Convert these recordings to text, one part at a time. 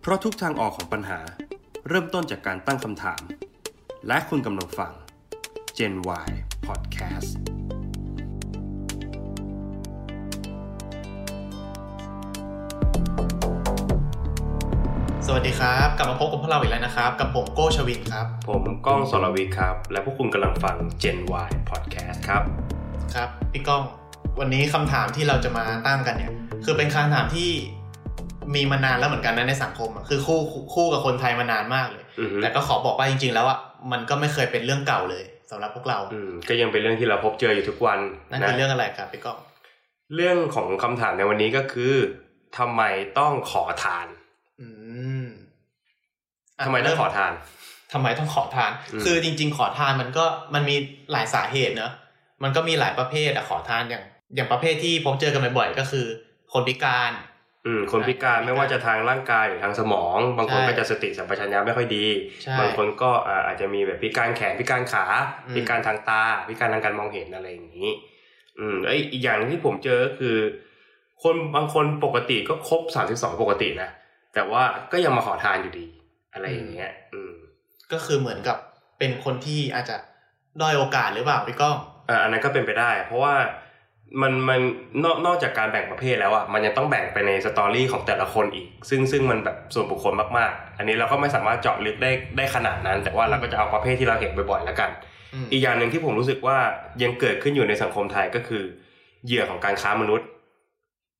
เพราะทุกทางออกของปัญหา เริ่มต้นจากการตั้งคำถาม และคุณกำลังฟัง Gen Y Podcast สวัสดีครับ กลับมาพบกับพวกเราอีกแล้วนะครับ กับผมโก้ชวินครับ ผมก้องสรวิทย์ครับ และพวกคุณกำลังฟัง Gen Y Podcast ครับ ครับพี่ก้อง วันนี้คำถามที่เราจะมาตั้งกันเนี่ย คือเป็นคำถามที่มีมานานแล้วเหมือนกันนะในสังคมอะคือคู่คู่กับคนไทยมานานมากเลย อือฮึ แต่ก็ขอบอกว่าจริง ๆ แล้วอ่ะมันก็ไม่เคยเป็นเรื่องเก่าเลยสำหรับพวกเรา อืมก็ยังเป็นเรื่องที่เราพบเจออยู่ทุกวัน นั่น นะ คือเรื่องอะไรครับพี่ก้อง เรื่องของคำถามในวันนี้ก็คือทำไมต้องขอทาน อืมะ ทำไมต้องขอทาน ทำไมต้องขอทาน อืม คือจริง ๆ ขอทานมันก็มันมีหลายสาเหตุเนอะมันก็มีหลายประเภทอะขอทานอย่าง อย่างประเภทที่พบเจอกันบ่อยๆก็คือ คนพิการ อืมคนพิการไม่ว่าจะทางร่างกายหรือทางสมอง บางคน ใช่ ก็จะสติสัมปชัญญะไม่ค่อยดี ใช่ บางคนก็อ่าอาจจะมีแบบพิการแขนพิการขา อืม พิการทางตา พิการทางการมองเห็นอะไรอย่างนี้ อืมไอยอีกอย่างที่ผมเจอก็คือ คนบางคนปกติก็ครบสามสิบสองปกตินะแต่ว่าก็ยังมาขอทานอยู่ดีอะไรอย่างเงี้ย อืม ก็คือเหมือนกับเป็นคนที่อาจจะด้อยโอกาสหรือเปล่าพี่ก้อง อ่าอันนั้นก็เป็นไปได้ เพราะว่ามันมันนอกนอกจากการแบ่งประเภทแล้วอ่ะมันยังต้องแบ่งไปในสตอรี่ของแต่ละคนอีก ซึ่งซึ่งมันแบบส่วนบุคคลมากๆ อันนี้เราก็ไม่สามารถเจาะลึกได้ได้ขนาดนั้น แต่ว่าเราก็จะเอาประเภทที่เราเห็นบ่อยๆแล้วกัน อืม อีกอย่างหนึ่งที่ผมรู้สึกว่ายังเกิดขึ้นอยู่ในสังคมไทยก็คือ เหยื่อของการค้ามนุษย์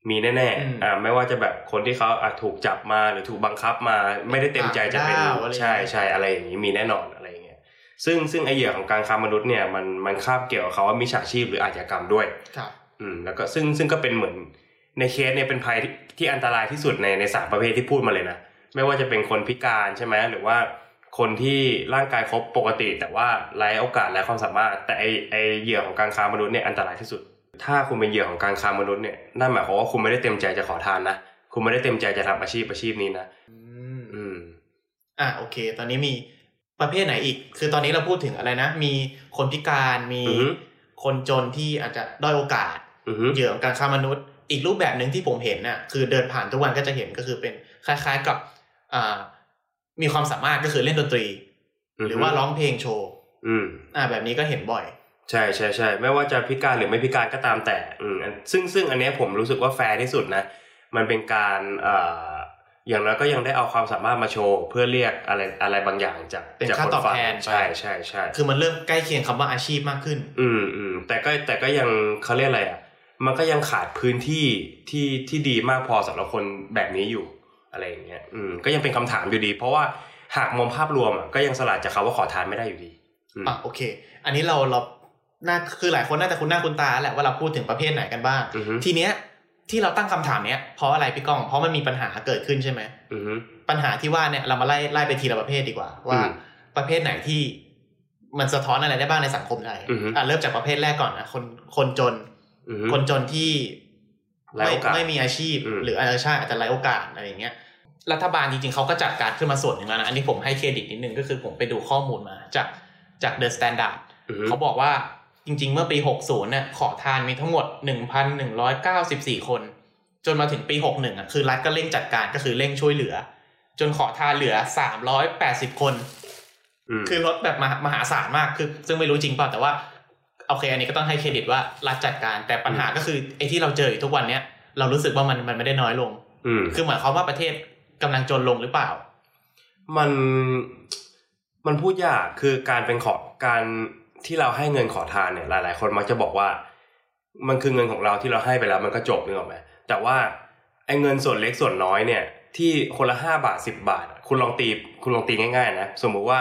มีแน่ อืม ๆอ่าไม่ว่าจะแบบคนที่เขาอ่ะถูกจับมาหรือถูกบังคับมา ไม่ได้เต็มใจจะเป็น ต่างด้าวอะไรอย่างเงี้ย ใช่ใช่อะไรอย่างนี้มีแน่นอนอะไรอย่างเงี้ยซึ่งซึ่งไอเหยื่อของการค้ามนุษย์เนี่ยมันมันคาบเกี่ยวกับเขาว่ามีฉาชีพหรืออาชญากรรมด้วย ครับ อืมแล้วก็ซึ่งซึ่งก็เป็นเหมือนในเคสเนี่ยเป็นภัยที่ที่อันตรายที่สุดในในสามประเภทที่พูดมาเลยนะไม่ว่าจะเป็นคนพิการใช่ไหมหรือว่าคนที่ร่างกายครบปกติ แต่ว่าไร้โอกาสไร้ความสามารถ แต่ไอไอเหยื่อของการค้ามนุษย์เนี่ยอันตรายที่สุด ถ้าคุณเป็นเหยื่อของการค้ามนุษย์เนี่ยนั่นหมายความว่าคุณไม่ได้เต็มใจจะขอทานนะคุณไม่ได้เต็มใจจะทำอาชีพอาชีพนี้นะ อืม อืม อ่ะโอเค ตอนนี้มีประเภทไหนอีก คือตอนนี้เราพูดถึงอะไรนะ มีคนพิการมี อือฮึ คนจนที่อาจจะด้อยโอกาส อือฮึ เหยื่อของการค้ามนุษย์ อีกรูปแบบหนึ่งที่ผมเห็นน่ะคือเดินผ่านทุกวันก็จะเห็นก็คือเป็นคล้ายๆกับอ่ามีความสามารถก็คือเล่นดนตรี หรือว่าร้องเพลงโชว์ อืม อ่าแบบนี้ก็เห็นบ่อย ใช่ใช่ใช่ไม่ว่าจะพิการหรือไม่พิการก็ตามแต่อืมอันซึ่งซึ่งอันเนี้ยผมรู้สึกว่าแฟร์ที่สุดนะ มันเป็นการเอ่ออย่างน้อยก็ยังได้เอาความสามารถมาโชว์ เพื่อเรียกอะไรอะไรบางอย่างจาก เป็น จาก ค่าตอบ ฟัง แทนไป ใช่ใช่ใช่ คือมันเริ่มใกล้เคียงคำว่าอาชีพมากขึ้น อืมอืมแต่ก็แต่ก็ยังเขาเรียกอะไรอ่ะมันก็ยังขาดพื้นที่ที่ที่ดีมากพอสำหรับคนแบบนี้อยู่อะไรอย่างเงี้ยอืมก็ยังเป็นคำถามอยู่ดี เพราะว่าหากมองภาพรวมอ่ะก็ยังสลัดจากคำว่าขอทานไม่ได้อยู่ดี อืม อ่ะโอเค อันนี้เราเราน่าคือหลายคนน่าจะคุ้นหน้าคุ้นตาแหละว่าเราพูดถึงประเภทไหนกันบ้าง อือฮึ ทีเนี้ยที่เราตั้งคำถามเนี้ยเพราะอะไรพี่ก้อง เพราะมันมีปัญหาเกิดขึ้นใช่ไหม อือฮึ ปัญหาที่ว่าเนี่ยเรามาไล่ไล่ไปทีละประเภทดีกว่า ว่า อืม ประเภทไหนที่มันสะท้อนอะไรได้บ้างในสังคมไทย อือฮึ อ่ะเริ่มจากประเภทแรกก่อนนะคนคนจน อือฮึ คนจนที่ ไร้ ไม่ โอกาส ไม่มีอาชีพ อืม หรืออาชาอาจจะไร้โอกาสอะไรอย่างเงี้ย รัฐบาลจริงๆเขาก็จัดการขึ้นมาส่วนหนึ่งแล้วนะอันนี้ผมให้เครดิตนิดนึงก็คือผมไปดูข้อมูลมาจากจากเดอะสแตนดาร์ด อือฮึ เขาบอกว่าจริง ๆ เมื่อปี 60เนี่ยขอทานมีทั้งหมด 1,194 คน จนมาถึงปี 61อ่ะคือรัฐก็เร่งจัดการก็คือเร่งช่วยเหลือ จนขอทานเหลือ 380 คน ม คือลดแบบมหามหาศาลมากคือซึ่งไม่รู้จริงเปล่าแต่ว่าโอเค อันนี้ก็ต้องให้เครดิตว่ารัฐจัดการแต่ปัญหาก็คือไอ้ที่เราเจออยู่ทุกวันเนี้ยเรารู้สึกว่ามันมันไม่ได้น้อยลง อืม คือหมายความว่าประเทศกำลังจนลงหรือเปล่า มันมันพูดยากคือการเป็นขอการที่เราให้เงินขอทานเนี่ยหลาย ๆ คนมักจะบอกว่า มันคือเงินของเราที่เราให้ไปแล้วมันก็จบนึกออกไหมแต่ว่าไอ้เงินส่วนเล็กส่วนน้อยเนี่ย ที่คนละห้าบาทสิบบาทอะคุณลองตีคุณลองตีง่าย ๆ นะสมมุติว่า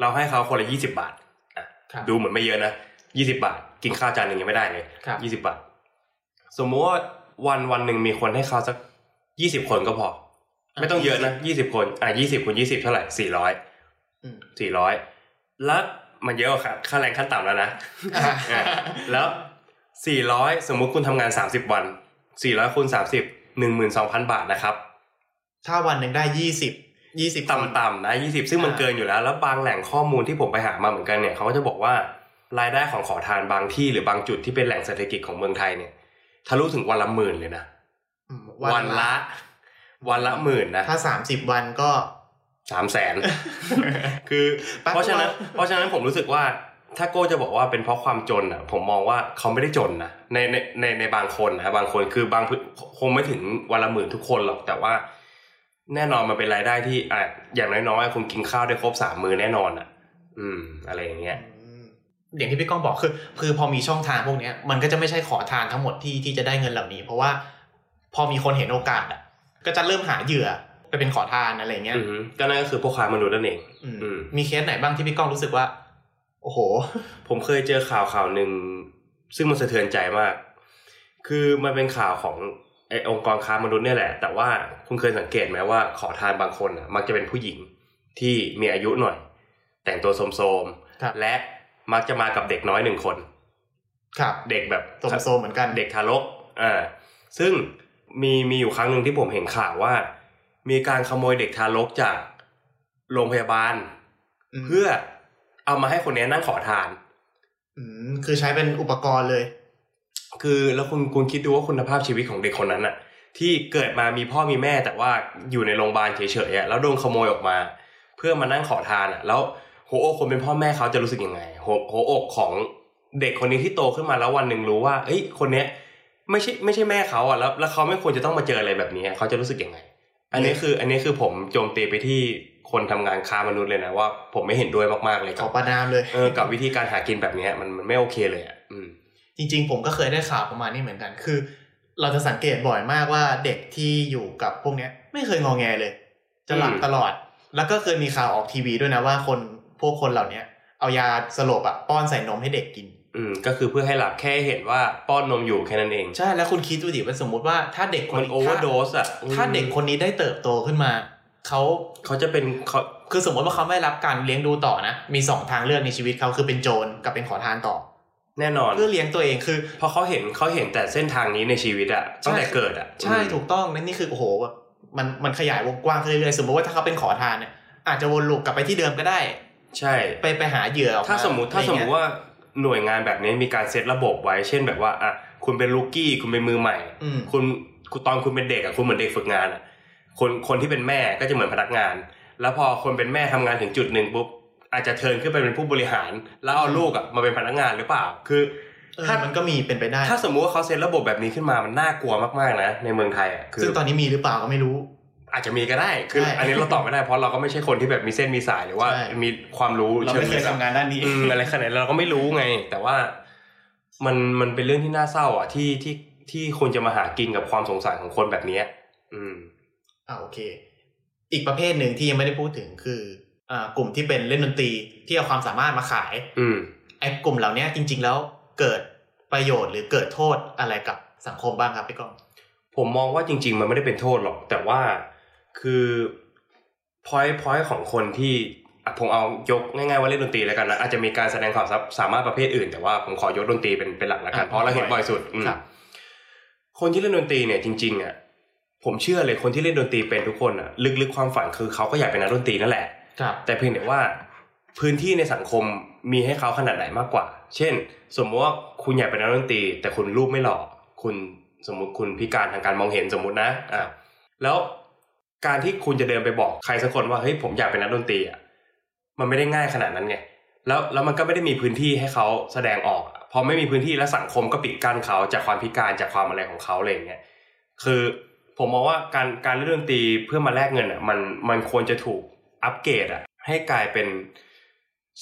เราให้เขาคนละยี่สิบาทอะ ครับ ดูเหมือนไม่เยอะนะยี่สิบาท กินข้าวจานหนึ่งยังไม่ได้เลย ครับ ยี่สิบบาท สมมุติว่าวันวันหนึ่งมีคนให้เขาสักยี่สิบคนก็พอ อ่ะ ไม่ต้องเยอะนะยี่สิบคน อ่ะยี่สิบคูณยี่สิบเท่าไหร่สี่ร้อย อืม สี่ร้อยแล้วมันเยอะกว่าค่าค่าแรงขั้นต่ำแล้ว นะ อ่ะแล้วสี่ร้อยสมมุติคุณทำงานสามสิบวันสี่ร้อยคูณสามสิบหนึ่งหมื่นสองพันบาทนะครับ ถ้าวันหนึ่งได้ยี่สิบยี่สิบ ต่ำๆนะยี่สิบซึ่งมัน อ่า เกินอยู่แล้ว แล้วบางแหล่งข้อมูลที่ผมไปหามาเหมือนกันเนี่ยเขาก็จะบอกว่ารายได้ของขอทานบางที่หรือบางจุดที่เป็นแหล่งเศรษฐกิจของเมืองไทยเนี่ยทะลุถึงวันละหมื่นเลยนะ วันละ วันละหมื่นนะ ถ้าสามสิบวันก็ สามแสน คือ ปั๊บ เพราะฉะนั้น ปั๊บ เพราะฉะนั้นผมรู้สึกว่าถ้าโก้จะบอกว่าเป็นเพราะความจนอ่ะ ผมมองว่าเขาไม่ได้จนนะในในในในบางคนนะบางคนคือบางพื้นคงไม่ถึงวันละหมื่นทุกคนหรอกแต่ว่า แน่นอนมันเป็นรายได้ที่อ่ะอย่างน้อยๆคุณกินข้าวได้ครบสามมื้อแน่นอนอ่ะ อืม อะไรอย่างเงี้ย อย่างที่พี่ก้องบอกคือคือพอมีช่องทางพวกเนี้ยมันก็จะไม่ใช่ขอทานทั้งหมดที่ที่จะได้เงินเหล่านี้ เพราะว่าพอมีคนเห็นโอกาสอ่ะก็จะเริ่มหาเหยื่อไปเป็นขอทานอะไรเงี้ย อือฮึก็นั่นก็คือพวกค้ามนุษย์นั่นเอง อืม อืม มีเคสไหนบ้างที่พี่ก้องรู้สึกว่า โอ้โห ผมเคยเจอข่าวข่าวหนึ่งซึ่งมันสะเทือนใจมาก คือมันเป็นข่าวของไอองค์กรค้ามนุษย์เนี่ยแหละ แต่ว่าคุณเคยสังเกตไหมว่าขอทานบางคนอ่ะ มักจะเป็นผู้หญิงที่มีอายุหน่อย แต่งตัวโสม ครับ ๆและมักจะมากับเด็กน้อยหนึ่งคน ครับ เด็กแบบ โซมโซมเหมือนกัน เด็กทารกอ่าซึ่งมีมีอยู่ครั้งหนึ่งที่ผมเห็นข่าวว่า มีการขโมยเด็กทารกจากโรงพยาบาล ม เพื่อเอามาให้คนเนี้ยนั่งขอทาน มคือใช้เป็นอุปกรณ์เลย คือแล้วคุณคุณคิดดูว่าคุณภาพชีวิตของเด็กคนนั้นน่ะ ที่เกิดมามีพ่อมีแม่แต่ว่าอยู่ในโรงพยาบาลเฉยๆอะแล้วโดนขโมยออกมา เพื่อมานั่งขอทานอ่ะ แล้วหัวอกคนเป็นพ่อแม่เขาจะรู้สึกยังไงหัวหัวอกของเด็กคนนี้ที่โตขึ้นมาแล้ววันหนึ่งรู้ว่า เอ้ยคนเนี้ยไม่ใช่ไม่ใช่แม่เขาอ่ะแล้วแล้วเขาไม่ควรจะต้องมาเจออะไรแบบนี้เขาจะรู้สึกยังไง อันนี้คืออันนี้คือผมโจมตีไปที่คนทำงานค้ามนุษย์เลยนะว่าผมไม่เห็นด้วยมากๆเลย ข กั อบ ประนามเลย เออกับวิธีการหากินแบบเนี้ยมันมันไม่โอเคเลยอ่ะอืม จริงๆ ผมก็เคยได้ข่าวประมาณนี้เหมือนกัน คือ เราจะสังเกตบ่อยมากว่าเด็กที่อยู่กับพวกเนี้ย ไม่เคยงอแงเลย จะหลับ อืม ตลอด แล้วก็เคยมีข่าวออกทีวีด้วยนะว่าคนพวกคนเหล่าเนี้ย เอายาสลบอะป้อนใส่นมให้เด็กกิน อืมก็คือเพื่อให้หลับแค่เห็นว่าป้อนนมอยู่แค่นั้นเอง ใช่ แล้วคุณคิดดูดิว่าสมมติว่าถ้าเด็กคน มัน นี้ โอเวอร์โด ถ้า สอ่ะ ถ้าเด็กคนนี้ได้เติบโตขึ้นมา เขา เขาจะเป็นเขา คือสมมติว่าเขาไม่รับการเลี้ยงดูต่อนะ มีสองทางเลือกในชีวิตเขาคือเป็นโจรกับเป็นขอทานต่อ แน่นอน เพื่อเลี้ยงตัวเองคือ เพราะเขาเห็นเขาเห็นแต่เส้นทางนี้ในชีวิตอ่ะตั้งแต่เกิดอ่ะ ใช่ อืม ถูกต้องนั่นนี่คือโอ้โหแบบมันมันขยายวงกว้างขึ้นเรื่อยๆสมมติว่าถ้าเขาเป็นขอทานเนี่ยอาจจะวนลูปกลับไปที่เดิมก็ได้ ใช่ ไปไปหาเหยื่อออก ถ้าสมมติถ้าสมมติว่าหน่วยงานแบบนี้มีการเซตระบบไว้ เช่นแบบว่าอ่ะคุณเป็นลูกกี้คุณเป็นมือใหม่ อืม คุณคุณตอนคุณเป็นเด็กอ่ะคุณเหมือนเด็กฝึกงานอ่ะคนคนที่เป็นแม่ก็จะเหมือนพนักงาน แล้วพอคนเป็นแม่ทำงานถึงจุดหนึ่งปุ๊บอาจจะเทิร์นขึ้นไปเป็นผู้บริหาร แล้วเอาลูกอ่ะมาเป็นพนักงานหรือเปล่าคือ เออ ถ้า มันก็มีเป็นไปได้ ถ้าสมมุติว่าเขาเซ็ตระบบแบบนี้ขึ้นมา มันน่ากลัวมากๆนะในเมืองไทยอ่ะคือ ซึ่งตอนนี้มีหรือเปล่าก็ไม่รู้ อาจจะมีก็ได้ คือ ใช่ อันนี้เราตอบไม่ได้เพราะเราก็ไม่ใช่คนที่แบบมีเส้นมีสายหรือว่า ใช่ มีความรู้ เราไม่เคย ลึกอะ ทำงานด้านนี้ อืมอะไรขนาดนั้นเราก็ไม่รู้ไง แต่ว่ามันมันเป็นเรื่องที่น่าเศร้าอ่ะที่ที่ที่คนจะมาหากินกับความสงสารของคนแบบเนี้ยอืม อ่าโอเค อีกประเภทหนึ่งที่ยังไม่ได้พูดถึงคืออ่ากลุ่มที่เป็นเล่นดนตรีที่เอาความสามารถมาขาย อืม ไอ้กลุ่มเหล่านี้จริง ๆ แล้วเกิดประโยชน์หรือเกิดโทษอะไรกับสังคมบ้างครับพี่ก้อง ผมมองว่าจริง ๆ มันไม่ได้เป็นโทษหรอก แต่ว่าคือพอยพอยของคนที่อ่ะผมเอายกง่ายๆว่าเล่นดนตรีแล้วกันนะอาจจะมีการแสดงความสามารถประเภทอื่น แต่ว่าผมขอยกดนตรีเป็นเป็นหลักละกัน อ่ะ เพราะเราเห็นบ่อยสุดอืม ครับ คนที่เล่นดนตรีเนี่ยจริงๆอ่ะผมเชื่อเลยคนที่เล่นดนตรีเป็นทุกคนอ่ะลึกๆความฝันคือเขาก็อยากเป็นนักดนตรีนั่นแหละ ครับ แต่เพียงแต่ว่าพื้นที่ในสังคมมีให้เขาขนาดไหนมากกว่า เช่น สมมติว่าคุณอยากเป็นนักดนตรี แต่คุณรูปไม่หล่อคุณสมมติคุณพิการทางการมองเห็นสมมตินะอ่ะแล้วการที่คุณจะเดินไปบอกใครสักคนว่าเฮ้ยผมอยากเป็นนักดนตรีอ่ะมันไม่ได้ง่ายขนาดนั้นไงแล้วแล้วมันก็ไม่ได้มีพื้นที่ให้เขาแสดงออกอะพอไม่มีพื้นที่แล้วสังคมก็ปิดกั้นเขาจากความพิการจากความอะไรของเขาอะไรอย่างเงี้ย คือผมมองว่าการการเล่นดนตรีเพื่อมาแลกเงินอ่ะมันมันควรจะถูกอัปเกรดอ่ะให้กลายเป็น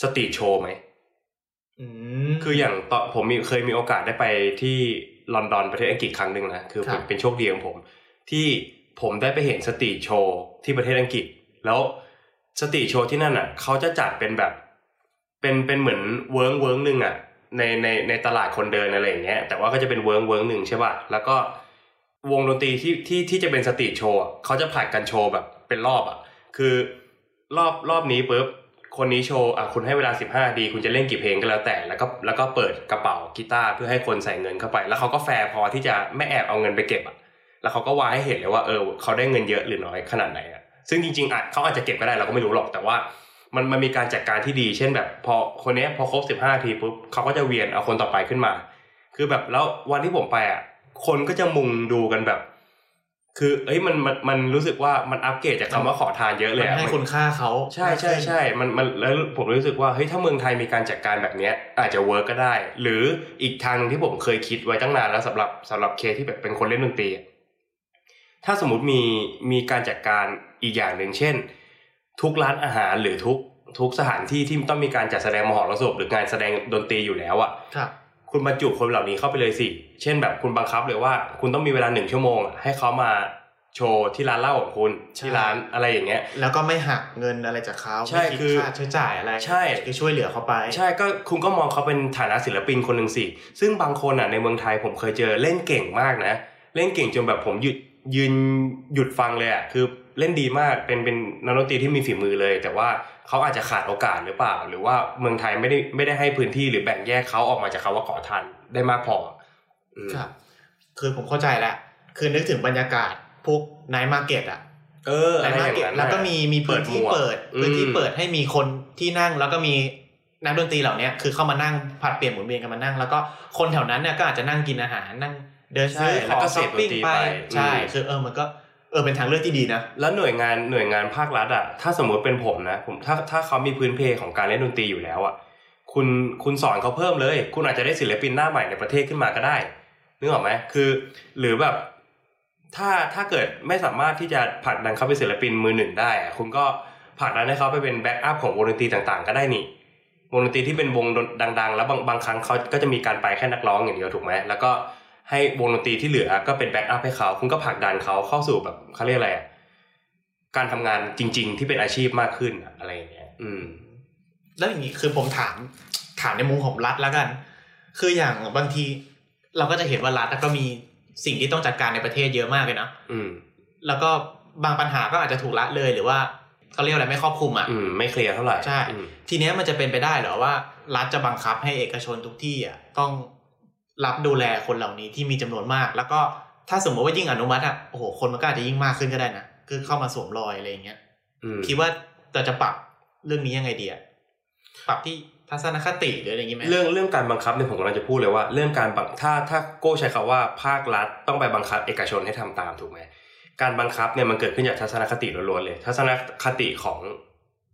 สตรีทโชว์ไหม อืม คืออย่างตอนผมมีเคยมีโอกาสได้ไปที่ลอนดอนประเทศอังกฤษครั้งหนึ่งนะคือ ครั เป็ บ นเป็นโชคดีของผม ที่ผมได้ไปเห็นสตรีทโชว์ที่ประเทศอังกฤษ แล้วสตรีทโชว์ที่นั่นอ่ะเขาจะจัดเป็นแบบเป็นเป็นเหมือนเวิร์งเวิร์งหนึ่งอ่ะในในในตลาดคนเดินอะไรอย่างเงี้ยแต่ว่าก็จะเป็นเวิร์งเวิร์งหนึ่งใช่ป่ะแล้วก็วงดนตรีที่ที่ที่จะเป็นสตรีทโชว์อะเขาจะผลัดกันโชว์แบบเป็นรอบอ่ะ คือรอบรอบนี้ปุ๊บคนนี้โชว์อ่ะคุณให้เวลา 15ดี คุณจะเล่นกี่เพลงก็แล้วแต่ แล้วก็แล้วก็เปิดกระเป๋ากีตาร์เพื่อให้คนใส่เงินเข้าไป แล้วเขาก็แฟร์พอที่จะไม่แอบเอาเงินไปเก็บอ่ะแล้วเขาก็วางให้เห็นเลยว่าเออเขาได้เงินเยอะหรือน้อยขนาดไหนอ่ะซึ่งจริงๆอาจเขาอาจจะเก็บก็ได้เราก็ไม่รู้หรอกแต่ว่า มันมันมีการจัดการที่ดี เช่นแบบ พอคนเนี้ยพอครบ 15ทีปุ๊บเขาก็จะเวียนเอาคนต่อไปขึ้นมา คือแบบแล้ววันที่ผมไปอ่ะคนก็จะมุงดูกันแบบ คือเอ้ยมันมันมันรู้สึกว่ามันอัปเกรดจากคำว่าขอทานเยอะเลย มัน อะ ให้ มัน คุณค่าเขา ใช่ใช่ใช่มันมันแล้วผมรู้สึกว่าเฮ้ยถ้าเมืองไทยมีการจัดการแบบเนี้ยอาจจะเวิร์กก็ได้ หรืออีกทางหนึงที่ผมเคยคิดไว้ตั้งนานแล้วสำหรับสำหรับเคสที่แบบเป็นคนเล่นดนตรีอะถ้าสมมติมีมีการจัดการอีกอย่างหนึ่งเช่น ทุกร้านอาหารหรือทุกทุกสถานที่ที่ต้องมีการจัดแสดงมหรสพหรืองานแสดงดนตรีอยู่แล้วอะ ครับ คุณบรรจุคนเหล่านี้เข้าไปเลยสิ เช่นแบบคุณบังคับเลยว่า คุณต้องมีเวลาหนึ่งชั่วโมงอะให้เขามาโชว์ที่ร้านเหล้าของคุณที่ร้านอะไรอย่างเงี้ย แล้วก็ไม่หักเงินอะไรจากเขา ใช่ ไม่ด คือ ค่าใช้จ่ายอะไร ใช่ คือช่วยเหลือเขาไป ใช่ก็คุณก็มองเขาเป็นฐานะศิลปินคนหนึ่งสิ ซึ่งบางคนอ่ะในเมืองไทยผมเคยเจอเล่นเก่งมากนะ เล่นเก่งจนแบบผมหยุดยืนหยุดฟังเลยอ่ะคือเล่นดีมากเป็นเป็นนักดนตรีที่มีฝีมือเลย แต่ว่าเขาอาจจะขาดโอกาสหรือเปล่า หรือว่าเมืองไทยไม่ได้ไม่ได้ให้พื้นที่หรือแบ่งแยกเขาออกมาจากคำว่าขอทานได้มากพออืม ครับ คือผมเข้าใจแล้ว คือนึกถึงบรรยากาศพวกไนท์มาร์เก็ตอะ เอออะไร ท์ อ มา ย่า ร์ ง เก็ต นั้น แล้วก็ น่ะ มีมีพื้นที่ เปิ เปิด ดหมวก พื้นที่ อืม เปิดให้มีคนที่นั่งแล้วก็มีนักดนตรีเหล่าเนี้ยคือเข้ามานั่งผลัดเปลี่ยนหมุนเวียนกันมานั่ง แล้วก็คนแถวนั้นเนี่ยก็อาจจะนั่งกินอาหารนั่งเดินซื้อข ใช่แล้ว อง ก็เส ช้อ พ ปปิ้ง ดนตรี ไป ไป ใช่ อืม คือเออมันก็เออเป็นทางเลือกที่ดีนะ แล้วหน่วยงานหน่วยงานภาครัฐอ่ะถ้าสมมติเป็นผมนะผมถ้าถ้าเขามีพื้นเพของการเล่นดนตรีอยู่แล้วอ่ะคุณคุณสอนเขาเพิ่มเลย คุณอาจจะได้ศิลปินหน้าใหม่ในประเทศขึ้นมาก็ได้นึกออกไหมคือ หรือแบบถ้าถ้าเกิดไม่สามารถที่จะผลักดันเขาเป็นศิลปินมือหนึ่งได้อะคุณก็ผลักดันให้เขาไปเป็นแบ็กอัพของวงดนตรีต่างๆ ก็ได้นี่วงดนตรีที่เป็นวงดนดัง ๆ แล้วบางบางครั้งเขาก็จะมีการไปแค่นักร้องอย่างเดียวถูกไหมแล้วก็ให้วงดนตรีที่เหลือก็เป็นแบ็กอัพให้เขาคุณก็ผลักดันเขาเข้าสู่แบบเขาเรียกอะไรอะ การทำงานจริง ๆ ที่เป็นอาชีพมากขึ้นอะอะไรอย่างเงี้ย อืม แล้วอย่างนี้คือผมถามถามในมุมของรัฐแล้วกัน คืออย่างบางที เราก็จะเห็นว่ารัฐก็มีสิ่งที่ต้องจัดการในประเทศเยอะมากเลยนะ อืม แล้วก็บางปัญหาก็อาจจะถูกละเลยหรือว่าเขาเรียกอะไรไม่ครอบคลุมอ่ะ อืม ไม่เคลียร์เท่าไหร่ ใช่ อืม ทีเนี้ยมันจะเป็นไปได้เหรอว่า รัฐจะบังคับให้เอกชนทุกที่อ่ะต้องรับดูแลคนเหล่านี้ที่มีจำนวนมาก แล้วก็ถ้าสมมติว่ายิ่งอนุมัติอ่ะโอ้โหคนมันก็อาจจะยิ่งมากขึ้นก็ได้นะคือเข้ามาสวมรอยอะไรอย่างเงี้ย อืม คิดว่าเราจะปรับเรื่องนี้ยังไงดีอะปรับที่ทัศนคติหรืออะไรอย่างงี้ไหม เรื่องเรื่องการบังคับเนี่ยผมกำลังจะพูดเลยว่า เรื่องการบังถ้าถ้าโก้ใช้คำว่าภาครัฐต้องไปบังคับเอกชนให้ทำตามถูกไหมการบังคับเนี่ยมันเกิดขึ้นจากทัศนคติล้วนๆเลย ทัศนคติของ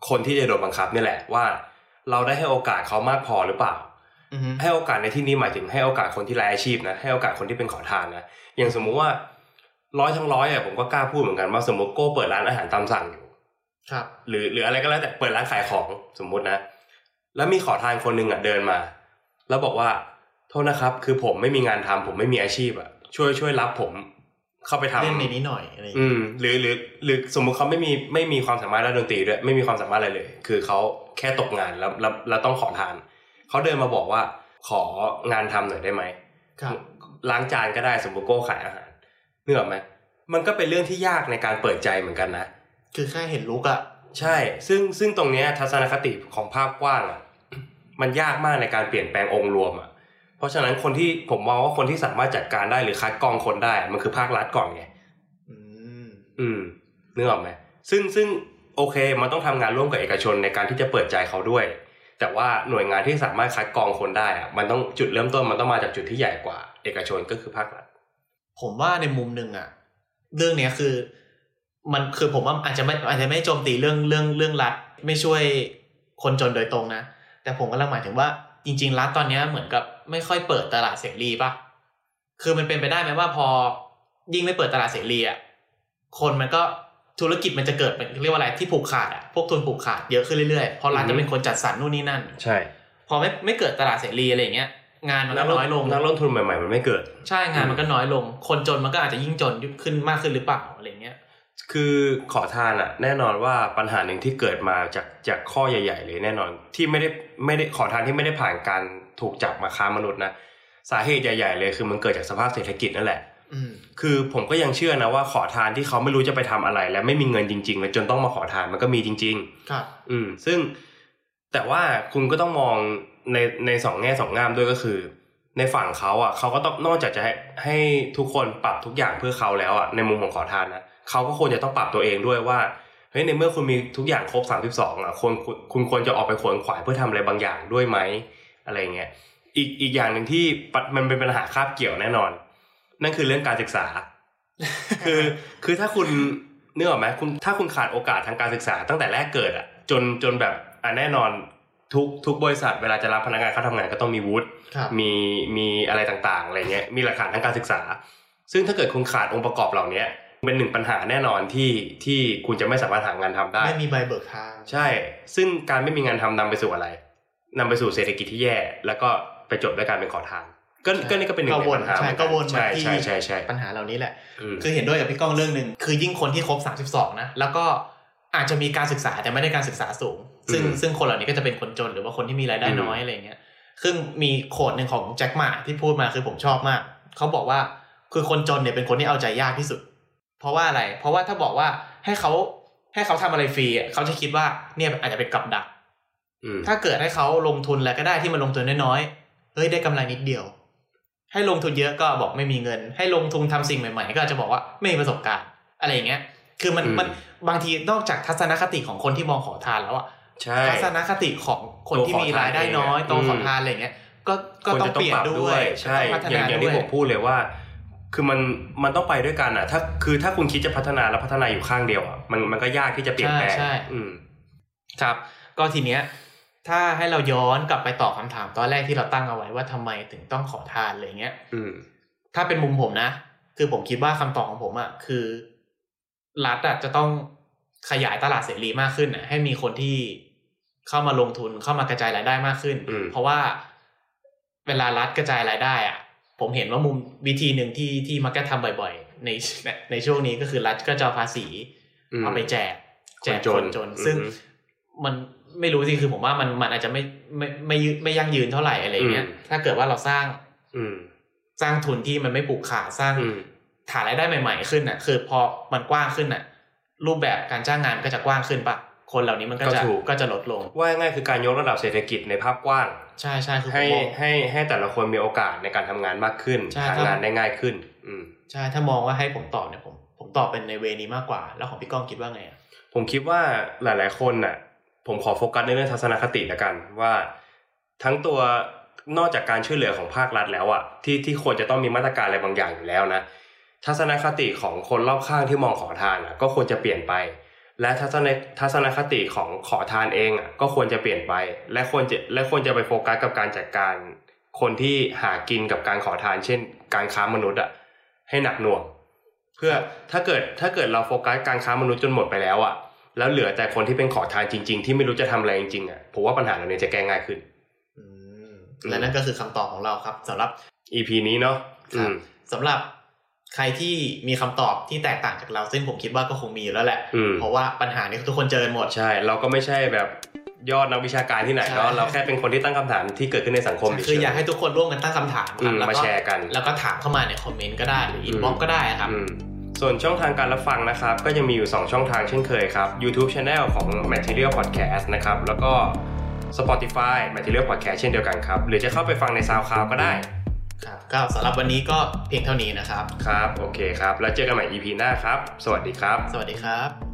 คนที่จะโดนบังคับเนี่ยแหละว่า เราได้ให้โอกาสเขามากพอหรือเปล่า อือฮึ ให้โอกาสในที่นี้หมายถึงให้โอกาสคนที่ไร้อาชีพนะให้โอกาสคนที่เป็นขอทานนะอย่างสมมุติว่าร้อยทั้งร้อยอ่ะผมก็กล้าพูดเหมือนกันว่าสมมติโก้เปิดร้านอาหารตามสั่งอยู่ ครับ หรือหรืออะไรก็แล้วแต่เปิดร้านขายของสมมุตินะ แล้วมีขอทานคนหนึ่งอ่ะเดินมา แล้วบอกว่าโทษนะครับ คือผมไม่มีงานทำผมไม่มีอาชีพอ่ะช่วยช่วยรับผมเข้าไปทำ เล่นในนี้หน่อยอะไรอย่าง อื งี้ มหรือหรือหรือสมมุติเขาไม่มีไม่มีความสามารถด้านดนตรีด้วยไม่มีความสามารถอะไรเลย คือเขาแค่ตกงานแล้วแล้วแล้วต้องขอทาน เขาเดินมาบอกว่าของานทำหน่อยได้ไหม ครับ ล้างจานก็ได้สมมุติโก้ขายอาหารเหนื่อยไหมมันก็เป็นเรื่องที่ยากในการเปิดใจเหมือนกันนะ คือแค่เห็นลุกอะ ใช่ ซึ่งซึ่งตรงเนี้ยทัศนคติของภาพกว้างอ่ะ มันยากมากในการเปลี่ยนแปลงองค์รวมอ่ะ เพราะฉะนั้นคนที่ผมมองว่าคนที่สามารถจัดการได้หรือคัดกรองคนได้ มันคือภาครัฐก่อนไง อืม อืมนึกออกไหมซึ่งซึ่งโอเค มันต้องทำงานร่วมกับเอกชนในการที่จะเปิดใจเขาด้วย แต่ว่าหน่วยงานที่สามารถคัดกรองคนได้อะมันต้องจุดเริ่มต้นมันต้องมาจากจุดที่ใหญ่กว่า เอกชนก็คือภาครัฐ ผมว่าในมุมหนึ่งอะเรื่องเนี้ยคือ มันคือผมว่าอาจจะไม่อาจจะไม่โจมตีเรื่องเรื่องเรื่องรัฐไม่ช่วยคนจนโดยตรงนะ แต่ผมกำลังหมายถึงว่าจริง ๆ รัฐตอนเนี้ยเหมือนกับไม่ค่อยเปิดตลาดเสรีป่ะ คือมันเป็นไปได้ไหมว่าพอยิ่งไม่เปิดตลาดเสรีอ่ะคนมันก็ธุรกิจมันจะเกิดเป็นเรียกว่าอะไรที่ผูกขาดอ่ะพวกทุนผูกขาดเยอะขึ้นเรื่อยๆเพราะรัฐจะเป็นคนจัดสรรนู่นนี่นั่น ใช่ พอไม่ไม่เกิดตลาดเสรีอะไรอย่างเงี้ยงานมันก็น้อยลง นักลงทุนใหม่ๆ มันไม่เกิด ใช่งานมันก็น้อยลง คนจนมันก็อาจจะยิ่งจนขึ้นมากขึ้นหรือเปล่าอะไรเงี้ย คือขอทานอ่ะ แน่นอนว่าปัญหาหนึ่งที่เกิดมาจากจากข้อใหญ่ ๆ เลยแน่นอน ที่ไม่ได้ไม่ได้ขอทานที่ไม่ได้ผ่านการถูกจับมาค้ามนุษย์นะสาเหตุใหญ่ ๆ เลยคือมันเกิดจากสภาพเศรษฐกิจนั่นแหละ อืม คือผมก็ยังเชื่อนะว่าขอทานที่เขาไม่รู้จะไปทำอะไร และไม่มีเงินจริงๆแล้วจนต้องมาขอทานมันก็มีจริง ครับ ๆ อืม ซึ่งแต่ว่าคุณก็ต้องมองในในสองแง่สองงามด้วยก็คือ ในฝั่งเขาอ่ะเขาก็ต้องนอกจากจะให้ให้ทุกคนปรับทุกอย่างเพื่อเขาแล้วอ่ะในมุมของขอทานนะเขาก็ควรจะต้องปรับตัวเองด้วยว่าเฮ้ยในเมื่อคุณมีทุกอย่างครบ 32อ่ะควรคุณคุณควรจะออกไปขวนขวายเพื่อทำอะไรบางอย่างด้วยไหมอะไรเงี้ยอีกอีกอย่างหนึ่งที่ปะมันเป็นปัญหาคาบเกี่ยวแน่นอน นั่นคือเรื่องการศึกษา คือคือถ้าคุณเนื้ออกไหมคุณถ้าคุณขาดโอกาสทางการศึกษาตั้งแต่แรกเกิดอ่ะจนจนแบบอ่ะแน่นอนทุกทุกบริษัทเวลาจะรับพนักงานเข้าทำงานก็ต้องมีวุฒิ ครับ มีมีอะไรต่างๆอะไรเงี้ยมีหลักฐานทางการศึกษา ซึ่งถ้าเกิดคุณขาดองค์ประกอบเหล่าเนี้ยเป็นหนึ่งปัญหาแน่นอนที่ที่คุณจะไม่สามารถหางานทำได้ ไม่มีใบเบิกทาง ใช่ ซึ่งการไม่มีงานทำนำไปสู่อะไรนำไปสู่เศรษฐกิจที่แย่ แล้วก็ไปจบด้วยการเป็นขอทาน ก็ก็นี่ก็เป็นหนึ่ง ก ใน วน ปัญหา ใช่ก็วนมา ใช่ ที่ ใช่ใช่ใช่ ปัญหาเหล่านี้แหละ อืม คือเห็นด้วยกับพี่ก้องเรื่องหนึ่งคือยิ่งคนที่ครบ 32 นะ แล้วก็อาจจะมีการศึกษาแต่ไม่ได้การศึกษาสูง ซึ่งซึ่งคนเหล่านี้ก็จะเป็นคนจนหรือว่าคนที่มีรายได้น้อยอะไรเงี้ยซึ่งมีโคดหนึ่งของแจ็คหมาที่พูดมาคือผมชอบมาก เขาบอกว่าคือคนจนเนี่ยเป็นคนที่เอาใจยากที่สุด เพราะว่าอะไร เพราะว่าถ้าบอกว่าให้เขาให้เขาทำอะไรฟรีอะเขาจะคิดว่าเนี่ยอาจจะเป็นกับดัก อืม ถ้าเกิดให้เขาลงทุนแล้วก็ได้ที่มันลงทุนน้อยๆ เฮ้ยได้กำไรนิดเดียว ให้ลงทุนเยอะก็บอกไม่มีเงิน ให้ลงทุนทำสิ่งใหม่ ๆ ก็อาจจะบอกว่าไม่มีประสบการณ์ อะไรอย่างเงี้ย คือมันมันบางทีนอกจากทัศนคติของคนที่มองขอทานแล้วอะ ใช่ ทัศนคติของคนที่มีรายได้น้อย ตัวขอทาน ตัวขอทานอะไรอย่างเงี้ย ก็ก็ คน ต้อง จะต้อ เป ง ลี่ย ปรับนด้ ด้ ว วย ย ใช่ ต้องพัฒ อย่าง นา อย่าง ด้ว ที่ ย ผมพูดเลยว่า คือมันมันต้องไปด้วยกันอ่ะ ถ้าคือถ้าคุณคิดจะพัฒนาแล้วพัฒนาอยู่ข้างเดียวอ่ะมันมันก็ยากที่จะเปลี่ยน ใช่ แปลง ใช่ อืม ครับ ก็ทีเนี้ยถ้าให้เราย้อนกลับไปตอบคำถามตอนแรกที่เราตั้งเอาไว้ว่าทำไมถึงต้องขอทานอะไรอย่างเงี้ย อืม ถ้าเป็นมุมผมนะ คือผมคิดว่าคำตอบของผมอะ่ะคือรัฐอะจะต้องขยายตลาดเสรีมากขึ้นอะให้มีคนที่เข้ามาลงทุนเข้ามากระจายรายได้มากขึ้น อืม เพราะว่าเวลารัฐกระจายรายได้อะ่ะ ผมเห็นว่ามุมวิธีหนึ่งที่ที่มักจะทำบ่อยๆ ใน ในช่วงนี้ก็คือรัฐก็จะเอาภาษี อืม เอาไปแจกแจก ค คน น จ จ น น อือฮึ ซึ่งมันไม่รู้จริงคือผมว่ามันมันอาจจะไม่ไม่ไม่ยืไม่ยั่งยืนเท่าไหร่อะไรเงี้ย อืม ถ้าเกิดว่าเราสร้าง อืม สร้างทุนที่มันไม่ผูกขาดสร้าง อืม ฐานรายได้ใหม่ๆขึ้นน่ะ คือพอมันกว้างขึ้นน่ะ รูปแบบการจ้างงานก็จะกว้างขึ้นปะคนเหล่านี้มันก็ ก็ จะ ถูก ก็จะลดลง ว่าง่ายๆคือการยกระดับเศรษฐกิจในภาพกว้าง ใช่ใช่คือผม ให้ มอง ให้ให้แต่ละคนมีโอกาสในการทำงานมากขึ้น ใช่ หา ครับ งานได้ง่ายขึ้น อืม ใช่ถ้ามองว่าให้ผมตอบเนี่ยผม ผมตอบเป็นในเวนี้มากกว่า แล้วของพี่ก้องคิดว่าไงอ่ะ ผมคิดว่าหลาย ๆ คนน่ะ ผมขอโฟกัสในเรื่องทัศนคติละกันว่าทั้งตัวนอกจากการช่วยเหลือของภาครัฐแล้วอ่ะที่ที่ควรจะต้องมีมาตรการอะไรบางอย่างอยู่แล้วนะ ทัศนคติของคนรอบข้างที่มองขอทานอ่ะ ก็ควรจะเปลี่ยนไป และทัศนทัศนคติของขอทานเองอ่ะก็ควรจะเปลี่ยนไป และควรจะและควรจะไปโฟกัสกับการจัดการ คนที่หากินกับการขอทาน เช่น การค้ามนุษย์อ่ะให้หนักหน่วง เพื่อถ้าเกิดถ้าเกิดเราโฟกัสการค้ามนุษย์จนหมดไปแล้วอ่ะ แล้วเหลือแต่คนที่เป็นขอทานจริง ๆ ที่ไม่รู้จะทำอะไรจริงๆอ่ะผมว่าปัญหาเหล่านี้จะแก้ง่ายขึ้น อืมและนั่นก็คือคำตอบของเราครับสำหรับ EP นี้เนาะ ค อื รับ ม สำหรับใครที่มีคำตอบที่แตกต่างจากเรา ซึ่งผมคิดว่าก็คงมีอยู่แล้วแหละ อืม เพราะว่าปัญหานี้ทุกคนเจอกันหมด ใช่ เราก็ไม่ใช่แบบยอดนักวิชาการที่ไหนเนาะ ใช่ เราแค่เป็นคนที่ตั้งคำถามที่เกิดขึ้นในสังคมเฉๆ คืออยากให้ทุกคนร่วมกันตั้งคำถามค อืมรับแล้ว มา ก็ แชร์กัน แล้วก็ถามเข้ามาในคอมเมนต์ก็ได้หรืออินบ็อกก็ได้ครับ อืมส่วนช่องทางการรับฟังนะครับ ก็ยังมีอยู่ 2 ช่องทางเช่นเคยครับ YouTube Channel ของ Material Podcast นะครับ แล้วก็ Spotify Material Podcast เช่นเดียวกันครับ หรือจะเข้าไปฟังใน SoundCloud ก็ได้ ครับก็สำหรับวันนี้ก็เพียงเท่านี้นะครับ ครับ โอเคครับ แล้วเจอกันใหม่ EP หน้าครับ สวัสดีครับ สวัสดีครับ